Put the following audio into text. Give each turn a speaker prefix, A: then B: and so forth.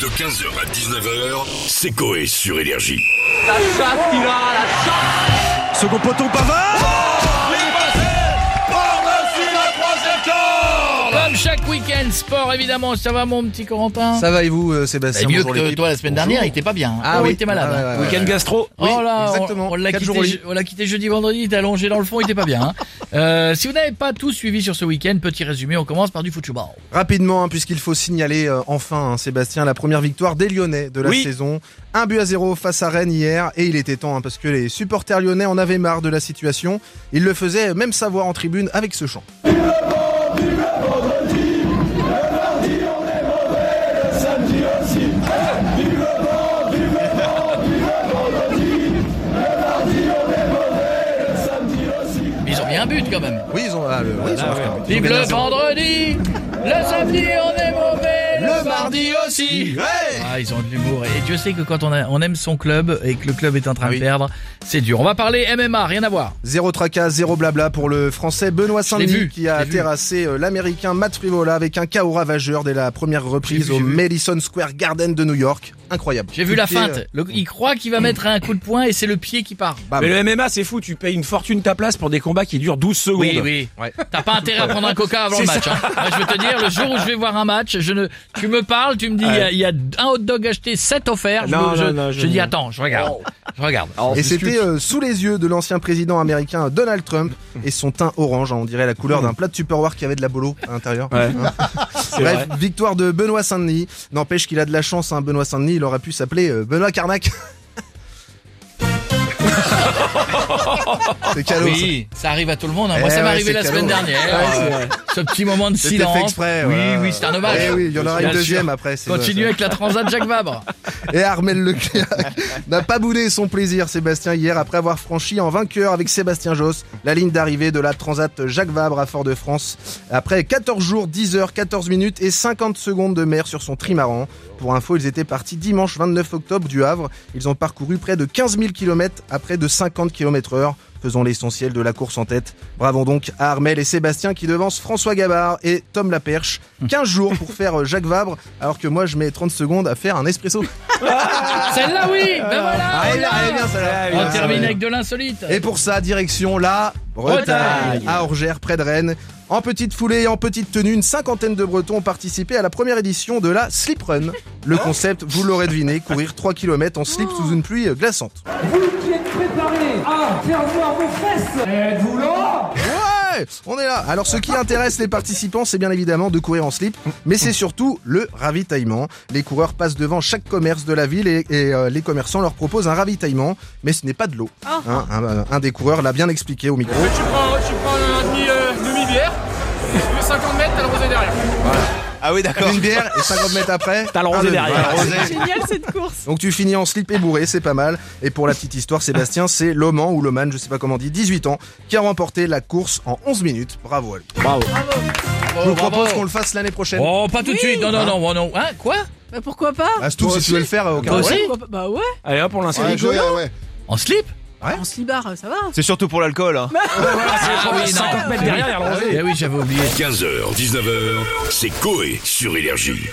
A: De 15h à 19h, c'est Coé sur Énergie.
B: La chatte qui va, la chatte
C: Second poteau Pavard
D: Comme chaque week-end, sport évidemment, ça va mon petit Corentin
C: Ça va et vous euh,
D: C'est
C: Sébastien
D: Bah, mieux
C: Bonjour
D: que
C: l'équipe.
D: toi la semaine dernière, il était pas bien.
C: Ah
D: oh,
C: oui.
D: il était malade.
C: Ah ouais, ouais, ouais.
E: Week-end gastro.
D: Oh là, on-
C: exactement.
D: on, l'a
C: Quatre
D: quitté,
C: jours au lit.
D: je- on l'a quitté jeudi, vendredi, il était allongé dans le fond, il était pas bien. hein. Euh, si vous n'avez pas tout suivi sur ce week-end, petit résumé, on commence par du football.
C: Rapidement, hein, puisqu'il faut signaler euh, enfin, hein, Sébastien, la première victoire des Lyonnais de la
E: Oui.
C: saison. Un but à zéro face à Rennes hier, et il était temps, hein, parce que les supporters lyonnais en avaient marre de la situation. Ils le faisaient même savoir en tribune avec ce chant.
D: Mais ils ont mis un but quand même.
C: Oui, ils ont... ah, le- oui, ils ont marqué un but. Ils ont
D: Vive
C: gagné
D: le
C: un zéro.
D: vendredi, le samedi on est mauvais, le, mardi aussi.
C: Ouais.
D: Ah, ils ont de l'humour. Et Dieu sait que quand on, a- on aime son club et que le club est en train
C: Ah oui.
D: de perdre, c'est dur. On va parler MMA, rien à voir.
C: Zéro tracas, zéro blabla pour le français Benoît
D: l'ai
C: Saint-Denis
D: vu,
C: qui
D: je
C: a
D: l'ai vu.
C: terrassé euh, l'américain Matt Frivola avec un chaos ravageur dès la première reprise
D: J'ai vu,
C: au
D: j'ai vu.
C: Madison Square Garden de New York. Incroyable.
D: J'ai vu la
C: Pied, euh,
D: feinte. Le- il croit qu'il va mettre un coup de poing et c'est le pied qui part.
C: bam.
E: Mais le MMA, c'est fou, tu payes une fortune ta place pour des combats qui durent 12 secondes.
D: Oui, oui. T'as pas intérêt à prendre un coca avant le
E: C'est
D: match. hein. Moi, je veux te dire, le jour où je vais voir un match, je ne, tu me parles, tu me dis, il y a- il y, a un hot dog acheté, 7 offerts. Je-
E: Non,
D: je,
E: non, non, je-
D: je dis, attends, je regarde.
C: Oh.
D: Je regarde.
C: Et c'était euh, sous les yeux de l'ancien président américain Donald Trump et son teint orange, hein, on dirait la couleur d'un plat de Tupperware qui avait de la bolo à l'intérieur.
E: Ouais.
C: Hein.
E: C'est
C: Bref,
E: vrai.
C: victoire de Benoît Saint-Denis. N'empêche qu'il a de la chance, hein, Benoît Saint-Denis, il aurait pu s'appeler euh, Benoît Carnac. C'est cadeau. ça.
D: Oui, ça arrive à tout le monde. hein. Moi,
C: Eh
D: ça
C: ouais,
D: m'est arrivé
C: c'est
D: la semaine
C: cadeau.
D: dernière. euh,
C: Ouais, c'est vrai.
D: Ce petit moment de
C: C'était
D: silence.
C: fait exprès.
D: oui,
C: ouais.
D: oui, c'est un hommage.
C: Eh oui, il y en aura
D: Bien
C: une
D: sûr.
C: deuxième après. c'est-
D: Continue avec la transat Jacques Vabre.
C: Et Armel Leclerc n'a pas boudé son plaisir, Sébastien, hier, après avoir franchi en vainqueur avec Sébastien Josse la ligne d'arrivée de la Transat Jacques Vabre à Fort-de-France. Après 14 jours, 10 heures, 14 minutes et 50 secondes de mer sur son trimaran. Pour info, ils étaient partis dimanche 29 octobre du Havre. Ils ont parcouru près de 15 000 km à près de 50 km heure. Faisant l'essentiel de la course en tête. Bravo donc à Armel et Sébastien qui devancent François Gabard et Tom Laperche. 15 jours pour faire Jacques Vabre, alors que moi je mets 30 secondes à faire un espresso.
D: Celle-là, oui. Ben voilà.
C: Ah, elle est bien,
D: voilà.
C: elle est bien, celle-là. Elle est
D: On
C: bien,
D: termine
C: celle-là.
D: avec de l'insolite.
C: Et pour ça, direction la Bretagne,
D: Bretagne.
C: à Orgères, près de Rennes. En petite foulée et en petite tenue, une cinquantaine de Bretons ont participé à la première édition de la Slip Run. Le concept, vous l'aurez deviné, courir 3 km en slip sous une pluie glaçante.
F: Vous qui êtes préparés à faire voir vos fesses, êtes-vous là
C: Ouais, on est là. Alors ce qui intéresse les participants, c'est bien évidemment de courir en slip, mais c'est surtout le ravitaillement. Les coureurs passent devant chaque commerce de la ville et, et, euh, les commerçants leur proposent un ravitaillement, mais ce n'est pas de l'eau. Hein, un, un des coureurs l'a bien expliqué au micro.
G: Tu prends, tu prends un demi, euh, demi-bière, tu mets 50 mètres, t'as le rosé derrière.
C: Une bière et 50 mètres après,
E: T'as le
C: un
E: rosé
C: demi.
E: derrière.
C: Voilà, rosé.
H: Génial cette course.
C: Donc tu finis en slip et bourré, c'est pas mal. Et pour la petite histoire, Sébastien, c'est Loman ou Loman, je sais pas comment on dit, 18 ans, qui a remporté la course en 11 minutes. Bravo à lui. je vous propose qu'on le fasse l'année prochaine.
D: Oh, pas tout de suite. Non, non, non, non, non. Hein, quoi
H: Bah pourquoi pas
C: Bah, Stouff, si tu veux le faire, au
D: Toi aussi
H: Pourquoi pas Bah ouais,
E: Allez hop, on l'insère.
D: En slip
H: on se libère, ça va.
I: C'est surtout pour l'alcool. Hein.
D: Ah oui, non.
E: 50 mètres derrière, il y a le rosé.
D: Eh oui, j'avais oublié.
A: 15h, 19h, c'est Coé sur Énergie.